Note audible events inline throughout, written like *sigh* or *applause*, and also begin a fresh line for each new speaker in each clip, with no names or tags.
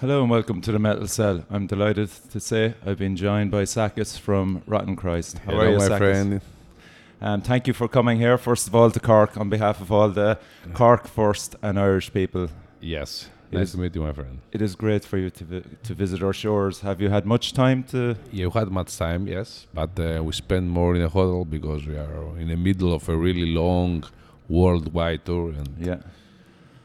Hello and welcome to the Metal Cell. I'm delighted to say I've been joined by Sakis from Rotten Christ. How are you,
my
Sakis?
friend?
Um, thank you for coming here, first of all, to Cork on behalf of all the Cork First and Irish people.
Yes.
It
nice
is-
to meet you, my friend.
It is great for you to, vi- to visit our shores. Have you had much time to?
You had much time, yes, but uh, we spend more in a hotel because we are in the middle of a really long worldwide tour and
Yeah.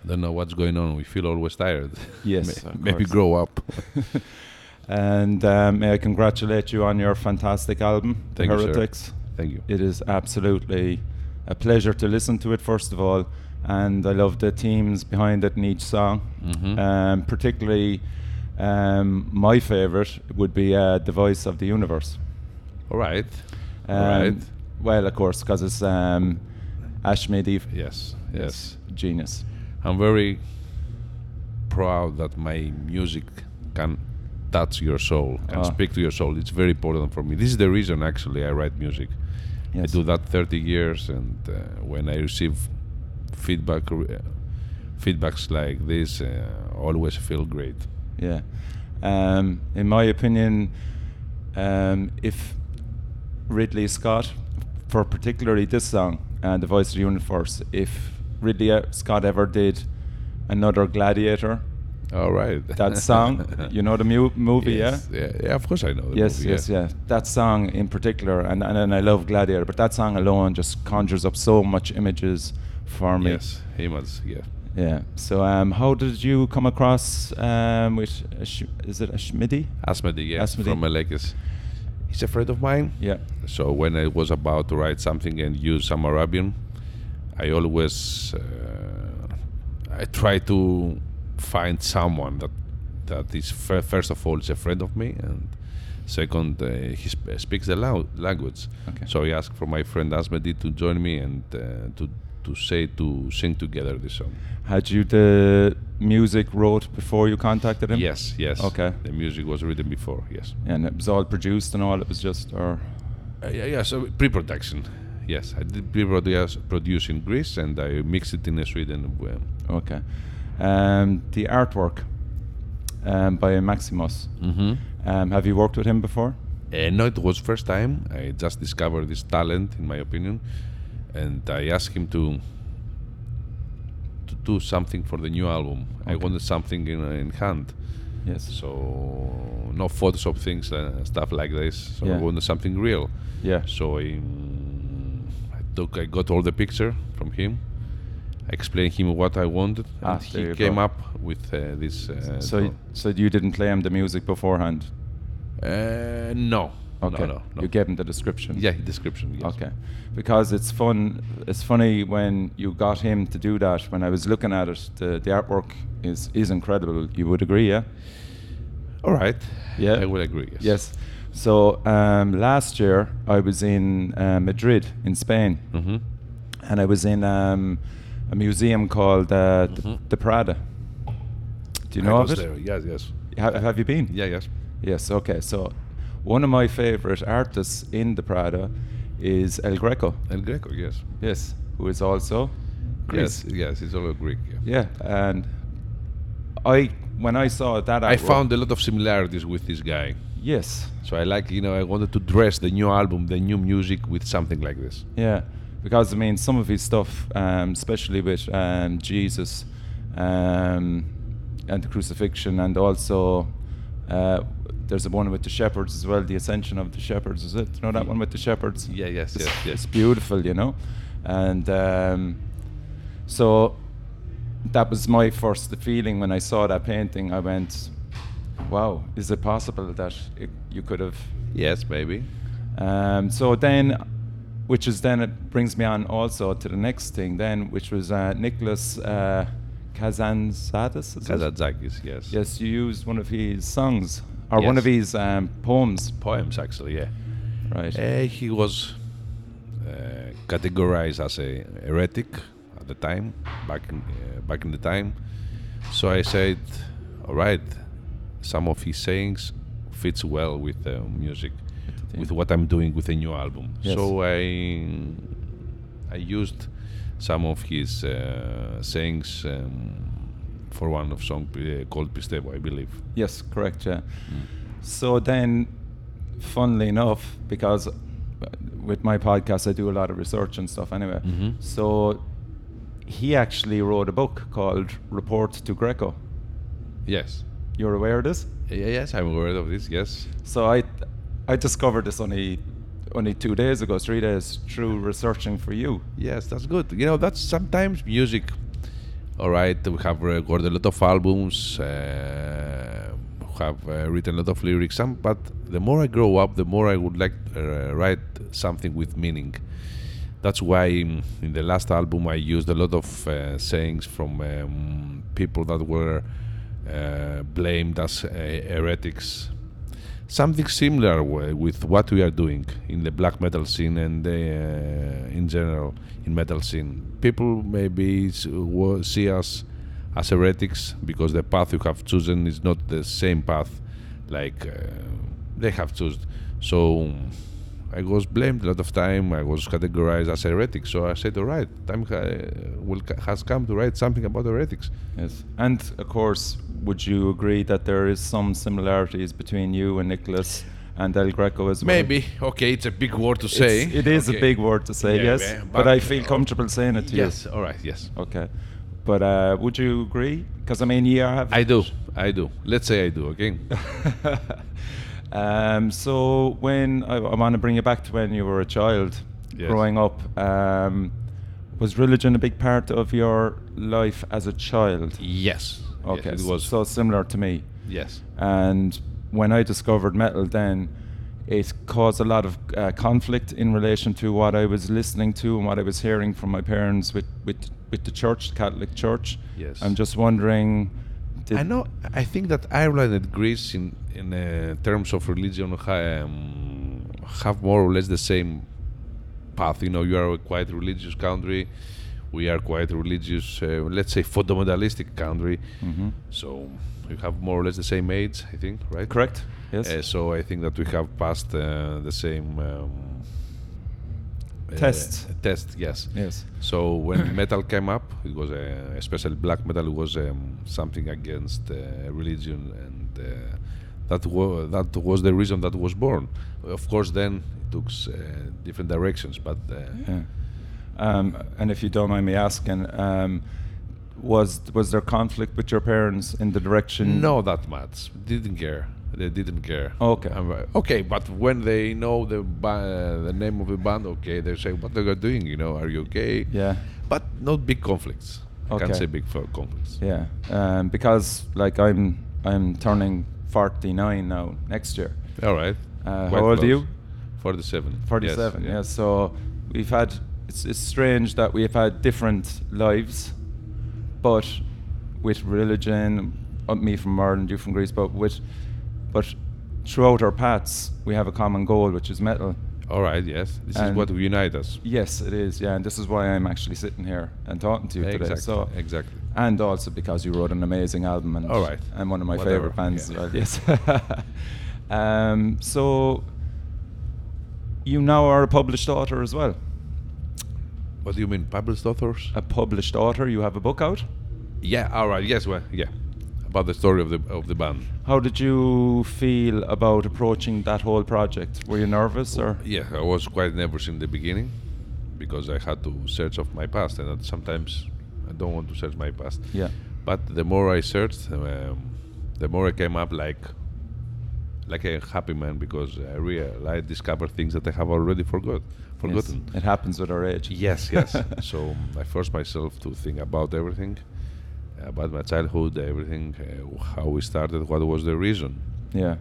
don't know what's going on. We feel always tired.
*laughs*
*laughs*
Yes.
May-
of
Maybe
course.
grow up. *laughs*
And um, may I congratulate you on your fantastic album, The
Thank you, sir.
Heretics.
Thank you.
It is absolutely a pleasure to listen to it, first of all, and I love the themes behind it in each song.
Mhm.
Um, particularly, um, my favorite would be uh, "The Voice of the Universe."
All right.
Um,
All right.
Well, of course, because it's um, Ashmead Eve.
Yes. Yes.
Genius.
I'm very proud that my music can touch your soul, can
Ah.
speak to your soul. It's very important for me. This is the reason, actually, I write music. I
Yes.
do that 30 years, and uh, when I receive feedback, re- uh, feedbacks like this, uh, always feel great.
Yeah. Um, in my opinion, um, if Ridley Scott, for particularly this song, uh, The Voice of the Universe, if Ridley uh, Scott ever did another Gladiator,
All *laughs* right.
that song, you know the mu- movie,
Yes,
yeah?
yeah? Yeah, of course I know. The
Yes,
movie,
yes, yeah. That song in particular, and, and, and I love Gladiator, but that song alone just conjures up so much images for me.
Yes, he must, yeah.
Yeah. So, um, how did you come across um, with, Ash- is it Ashmidi?
Asmodee, yeah,
Asmodee.
from Melekis. He's a friend of mine.
Yeah.
So when I was about to write something and use some Arabian, I always uh, I try to find someone that that is fir- first of all is a friend of me and second uh, he sp- speaks the lou- language.
Okay.
So I asked for my friend Asmedi to join me and uh, to to say to sing together this song.
Had you the music wrote before you contacted him?
Yes, yes.
Okay.
The music was written before. Yes.
And it was all produced and all. It was just or
Uh, yeah, yeah. So pre-production. Yes, I did pre-produce produce in Greece, and I mixed it in uh, Sweden. Well,
okay. Um, the artwork um, by Maximus.
mm-hmm.
Um, have you worked with him before?
uh, no, it was first time. I just discovered this talent, in my opinion, and I asked him to to do something for the new album. I
Okay.
wanted something in, uh, in hand,
Yes.
so no Photoshop things, uh, stuff like this. So I
Yeah.
wanted something real.
Yeah.
So I, mm, I took, I got all the picture from him. I explained him what I wanted,
Ah,
and
there
he
you
came
go.
up with uh, this. Uh,
so y-
drawing.
so you didn't play him the music beforehand.
uh, no,
Okay.
no, no, no.
You gave him the description.
yeah description. Yes.
Okay. Because it's fun. It's funny when you got him to do that. When I was looking at it, the, the artwork is is incredible. You would agree, yeah?
All right.
Yeah.
I will agree. Yes.
Yes. So um, last year I was in uh, Madrid, in Spain,
Mm-hmm.
and I was in um, a museum called uh, the,
Mhm.
the Prada. Do you know
I
of
was
it?
There. Yes. Yes.
Ha- have you been?
Yeah. Yes.
Yes. Okay. So one of my favorite artists in the Prada is El Greco.
El Greco. Yes.
Yes, who is also Greece.
Yes. Yes. It's all Greek. Yeah.
Yeah, and I when I saw that
I
artwork-
found a lot of similarities with this guy.
yes.
So I like, you know, I wanted to dress the new album, the new music with something like this.
Yeah, because I mean, some of his stuff, um, especially with um, Jesus um, and the crucifixion, and also uh, there's a one with the shepherds as well, the ascension of the shepherds. Is it? You know that one with the shepherds?
Yeah, yes,
It's-
yes, yes.
It's beautiful, you know, and um, so that was my first feeling when I saw that painting. I went, "Wow, is it possible that it, you could have?"
Yes, maybe.
Um, so then, which is then it brings me on also to the next thing then, which was uh, Nicholas uh, Kazantzakis. is it?
Kazantzakis, yes.
Yes, you used one of his songs or one
Yes.
of his um, poems,
Poems, actually, yeah.
right?
Uh, he was uh, categorized as a heretic at the time, back in, uh, back in the time. So I said, all right, some of his sayings fits well with uh, music,
theme.
with what I'm doing with the new album.
Yes.
So I I used some of his uh, sayings eh, um, for one of song uh, called Pistevo, I believe.
Yes, correct. Yeah. Mm. So then, funnily enough, because uh, with my podcast I do a lot of research and stuff anyway.
Mhm.
So he actually wrote a book called Report to Greco.
Yes.
You're aware of this?
Y- Yes, I'm aware of this. Yes.
So I I discovered this only only two days ago, three days through researching for you.
Yes, that's good. You know, that's sometimes music. All right, we have uh, recorded a lot of albums, uh, have uh, written a lot of lyrics. Some, but the more I grow up, the more I would like uh, write something with meaning. That's why mm, in the last album I used a lot of uh, sayings from um, people that were uh, blamed as uh, heretics. Something similar wa- with what we are doing in the black metal scene and uh, in general in metal scene. People maybe s- wo- see us as heretics because the path you have chosen is not the same path like uh, they have chosen. So I was blamed a lot of time. I was categorized as heretic. So I said, all right, time ha- uh, will ca- has come to write something about heretics.
Yes. And of course, would you agree that there is some similarities between you and Nicholas and El Greco as well?
Maybe okay, it's a big word to say.
It's, it is a
Okay.
big word to say,
Yeah,
yes,
yeah,
but, I
but-
feel comfortable saying it to
Yes, all right, yes.
you. Okay. But uh, would you agree? Because I mean, you have.
I do, I do. Let's say I do, okay?
*laughs* um, so when I, I want to bring you back to when you were a child,
Yes.
growing up, um, was religion a big part of your life as a child?
*laughs* yes.
Okay,
yes, it was.
so similar to me.
yes.
And when I discovered metal, then it caused a lot of uh, conflict in relation to what I was listening to and what I was hearing from my parents with, with, with the church, Catholic Church.
Yes.
I'm just wondering.
I know. I think that Ireland and Greece, in in uh, terms of religion, ha, um, have more or less the same path. You know, you are a quite religious country. We are quite religious. Uh, let's say fundamentalistic country.
Mhm.
So you have more or less the same age, I think, right?
Correct? Yes.
Uh, so I think that we have passed uh, the same um, uh,
Test.
test, yes.
yes.
So when *clears throat* metal came up, it was uh, especially black metal was um, something against uh, religion, and uh, that wa- that was the reason that was born. Of course, then it took s- uh, different directions, but uh,
Yeah. Um, and if you don't mind me asking, um, was was there conflict with your parents in the direction?
no, Mm. that much didn't care. They didn't care.
Okay.
I'm right. okay, but when they know the ba- the name of the band, okay, they say, "What are you doing? You know, are you okay?"
Yeah.
But not big conflicts. I can't
Okay.
say big fo- conflicts.
Yeah. Um, because like I'm I'm turning 49 now next year.
All right.
Uh,
Quite
how old are
close.
you?
47.
47.
Yes,
yeah.
yeah.
So we've had it's, it's strange that we've had different lives, but with religion, uh, me from Ireland, you from Greece, but with but throughout our paths we have a common goal, which is metal.
All right, yes. This is
And-
what unite us.
Yes, it is. Yeah, and this is why I'm actually sitting here and talking to you today.
Exactly.
So,
exactly.
and also because you wrote an amazing album and
All right.
and one of my
Whatever,
favorite bands
yeah.
as well. Yes. *laughs* um, so you now are a published author as well.
What do you mean, published authors?
A published author. You have a book out.
yeah, all right, yes, well, yeah. About the story of the of the band.
How did you feel about approaching that whole project? Were you nervous or?
Yeah, I was quite nervous in the beginning because I had to search of my past, and that sometimes I don't want to search my past.
Yeah.
But the more I searched, um, the more I came up like like a happy man because I realized, discovered things that I have already forgot, forgotten.
Yes, it happens with our age.
Yes,
*laughs*
yes. so um, I forced myself to think about everything, uh, about my childhood, everything, uh, how we started, what was the reason.
yeah.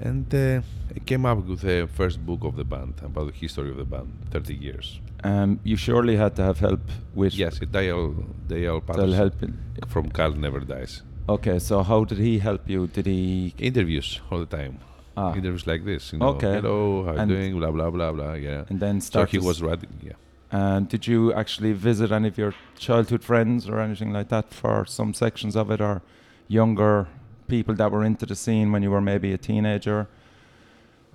And uh, I came up with the first book of the band, about the history of the band, 30 years.
Um, you surely had to have help with.
Yes, it- they all, they all
That'll
published
help. in-
from Carl Never Dies.
Okay, so how did he help you? Did he?
Interviews all the time.
Ah.
Interviews like this. You know,
Okay.
Hello, how you
And-
doing? Blah, blah, blah, blah. Yeah.
And then
so
start.
he
to
was
s-
writing, yeah.
And uh, did you actually visit any of your childhood friends or anything like that for some sections of it, or younger people that were into the scene when you were maybe a teenager?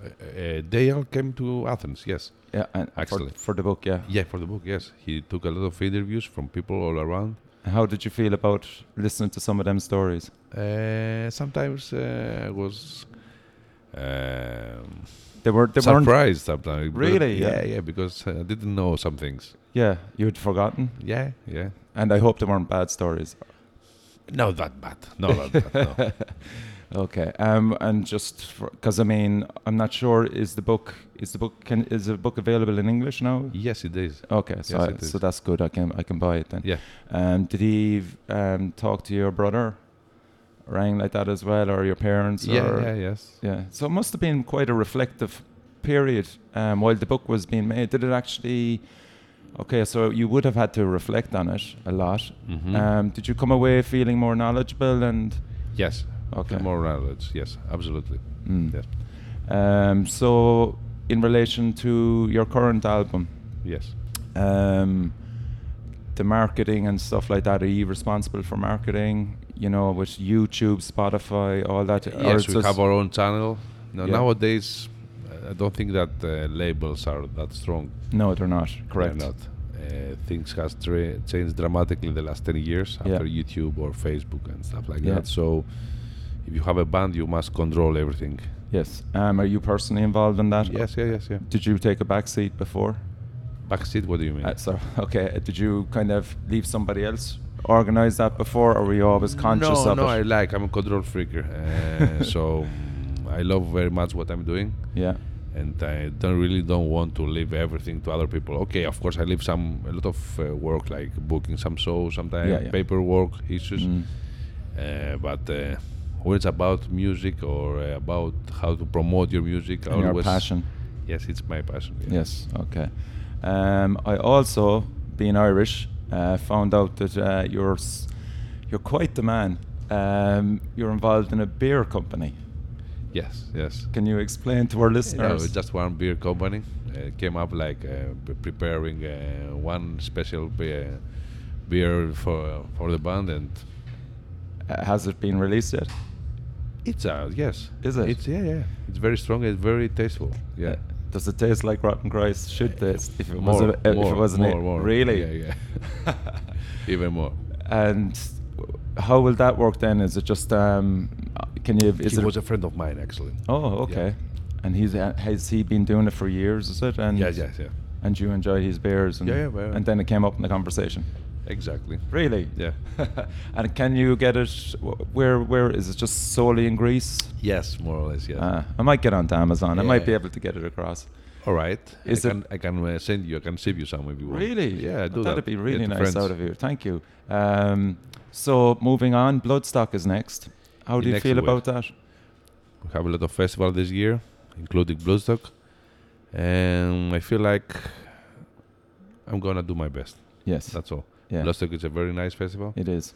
Uh, uh, they all came to Athens, yes.
Yeah, and for,
Excellent.
for the book, yeah.
Yeah, for the book, yes. He took a lot of interviews from people all around.
How did you feel about listening to some of them stories?
Uh, sometimes uh, I was um,
They were they weren't.
surprised. Sometimes because-
Really?
Yeah,
Yeah.
yeah, because uh, I didn't know some things.
Yeah, you'd forgotten,
Yeah, yeah.
and I hope they weren't bad stories.
Not that bad. No, not that. No. *laughs*
*laughs* Okay, um, and just because I mean, I'm not sure is the book is the book can is the book available in English now?
Yes, it is.
Okay, so
Yes,
I-
it
so
is.
that's good. I can I can buy it then.
Yeah.
Um, did he um talk to your brother, or anything like that as well, or your parents?
Yeah,
or,
yeah, yes.
Yeah. So it must have been quite a reflective period um, while the book was being made. Did it actually? Okay, so you would have had to reflect on it a lot.
Mhm.
Um, did you come away feeling more knowledgeable and?
Yes.
Okay.
More knowledge. Yes, absolutely.
Mm.
Yes.
Um, so, in relation to your current album,
Yes.
um, the marketing and stuff like that, are you responsible for marketing? You know, with YouTube, Spotify, all that. or
yes,
it's
we
just-
have our own channel. Now,
Yeah.
Nowadays, uh, I don't think that uh, labels are that strong.
No, they're not. Correct.
They're not. Uh, things has tra- changed dramatically the last 10 years
Yeah.
after YouTube or Facebook and stuff like
Yeah.
that. So, if you have a band, you must control everything.
Yes. Um, are you personally involved in that?
Yes, yeah, yes, yeah.
Did you take a back seat before?
Backseat, what do you mean?
Uh, so, *laughs* okay. uh, Did you kind of leave somebody else organize that before, or were you always conscious
no,
of
no,
it?
I like. I'm a control freaker.
*laughs*
Uh, so, mm, I love very much what I'm doing.
yeah.
and I don't really don't want to leave everything to other people. Okay, of course I leave some a lot of uh, work like booking some shows, sometimes
Yeah, yeah.
paperwork issues.
Mm.
Uh, but uh, when it's about music or uh, about how to promote your music, I
And your
always-
passion.
Yes, it's my passion.
Yes. Okay. Um, I also, being Irish, uh, found out that uh, you're s- you're quite the man. Um, you're involved in a beer company.
Yes. Yes.
Can you explain to our
You know,
listeners?
it's just one beer company. Uh, came up like uh, p- preparing uh, one special beer, beer for for the band, and
Uh, has it been released yet?
It's out, yes.
Is it?
It's yeah, yeah. It's very strong. It's very tasteful. Yeah. Uh,
Uh, Does it taste like rotten Christ? Should taste if it was
More,
a, if
more,
it wasn't
more, more.
really.
Yeah, yeah. Even more.
*laughs* And w- how will that work then? Is it just um, uh, can you? Is
he
it
was a friend of mine actually.
oh okay, and he's uh, has he been doing it for years? Is it? And
Yes, yes, yeah.
And you enjoyed his beers, and
Yeah, yeah, well-
and then it came up in the conversation.
Exactly.
Really?
Yeah.
*laughs* and can you get it? wh- Where where is it? Just solely in Greece?
Yes, more or less, yes.
Ah, I might get onto Amazon. I might
Yeah.
be able to get it across.
All right.
Is
I
it-
can I can uh, send you. I can save you some if you want.
Really?
Yeah, I do
That'd
that.
be
Yeah,
really
to
nice
friends.
out of you. Thank you. Um, so moving on, Bloodstock is next. How do
The
you
next
feel
one.
about that?
We have a lot of festivals this year, including Bloodstock, and I feel like I'm gonna do my best.
Yes,
That's all.
yeah,
Bloodstock is a very nice festival.
it is.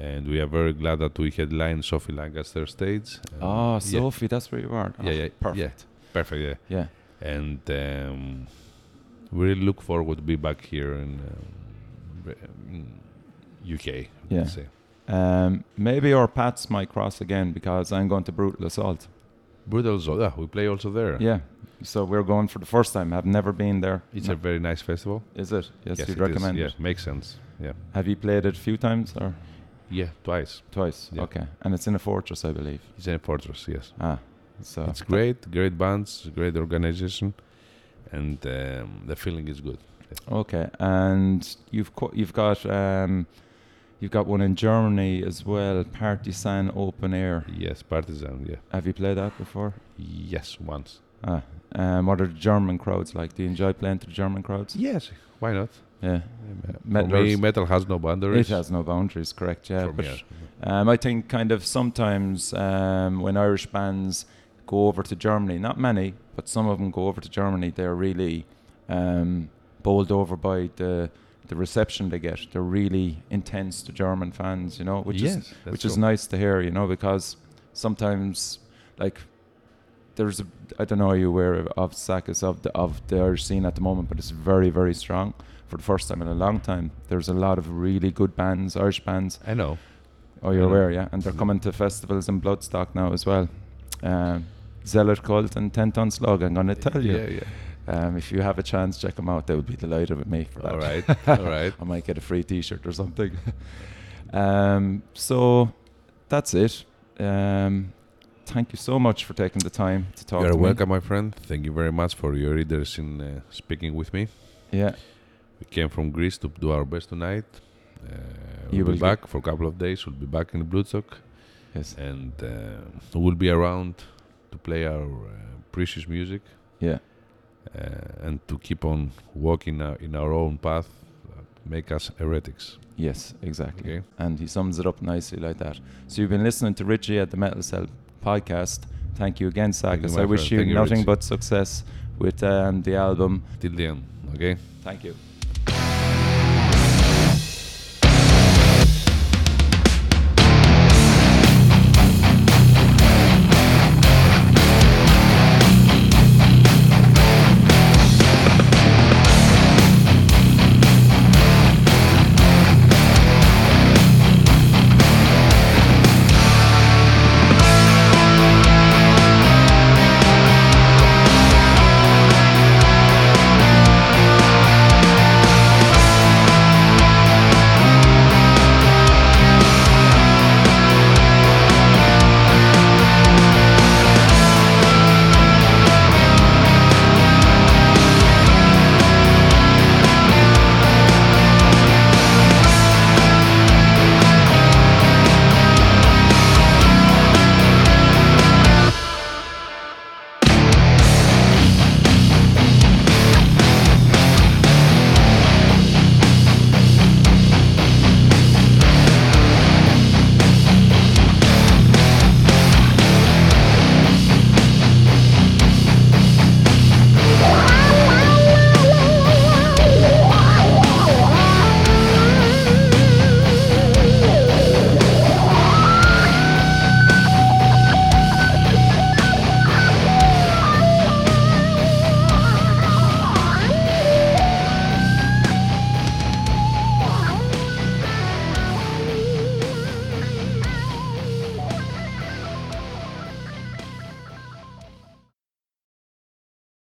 and we are very glad that we headlined Sophie Lancaster stage. Uh,
Oh,
yeah,
Sophie, that's where you are. Oh,
Yeah, yeah,
perfect.
perfect. Yeah,
Yeah.
and um, we really look forward to be back here in, um, re- in UK. I would
Yeah.
say.
Um, maybe our paths might cross again because I'm going to Brutal Assault.
Brutal Zoda. oh, We play also there.
Yeah, so we're going for the first time. I've never been there.
It's
No.
a very nice festival.
Is it? Yes, you'd
it is.
recommend
Yeah,
it.
makes sense. Yeah,
Have you played it a few times or
yeah, twice.
twice?
Yeah.
Okay, and it's in a fortress, I believe.
It's in a fortress. Yes,
Ah, so
it's great. Great bands, great organization, and um, the feeling is good.
Okay, and you've qu- you've got um, you've got one in Germany as well, Partisan Open Air.
Yes, Partisan. Yeah,
Have you played that before?
yes, once.
Ah, um, what are the German crowds like? Do you enjoy playing to the German crowds?
Yes, why not?
Yeah,
For
Metal
me,
is-
metal has no boundaries.
it has no boundaries, correct? Yeah,
for
but
me, yes.
um, I think kind of sometimes um, when Irish bands go over to Germany, not many, but some of them go over to Germany, they're really um, bowled over by the the reception they get. They're really intense to German fans, you know, which is
Yes, that's
which is
true.
nice to hear, you know, because sometimes like there's a I don't know are you aware of, of Sakis of the of the Irish scene at the moment, but it's very very strong. For the first time in a long time, there's a lot of really good bands, Irish bands,
I know.
Oh, you're
I know.
aware, yeah. And they're
Mm-hmm.
coming to festivals in Bloodstock now as well. Um, Zealot Cult and Ten Ton Slug, I'm going to tell you.
Yeah, yeah.
Um, if you have a chance, check them out. They would be delighted with me for that.
All right, all right.
*laughs* I might get a free T-shirt or something. *laughs* um, so that's it. Um, thank you so much for taking the time to talk.
You're
to
welcome, my friend. Thank you very much for your interest in uh, speaking with me.
Me. Yeah,
We came from Greece to do our best tonight. Uh, we'll
You
be
will get-
back for a couple of days. We'll be back in Bloodstock
yes,
and uh, we'll be around to play our uh, precious music
yeah,
uh, and to keep on walking our, in our own path that make us heretics.
yes, exactly.
Okay.
and he sums it up nicely like that. So you've been listening to Richie at the Metal Cell podcast. Thank you again,
Thank you,
Sakas.
my
I wish
friend.
you
Thank you,
nothing
Richie.
but success with um, uh, the album.
Till the end. Okay.
Thank you.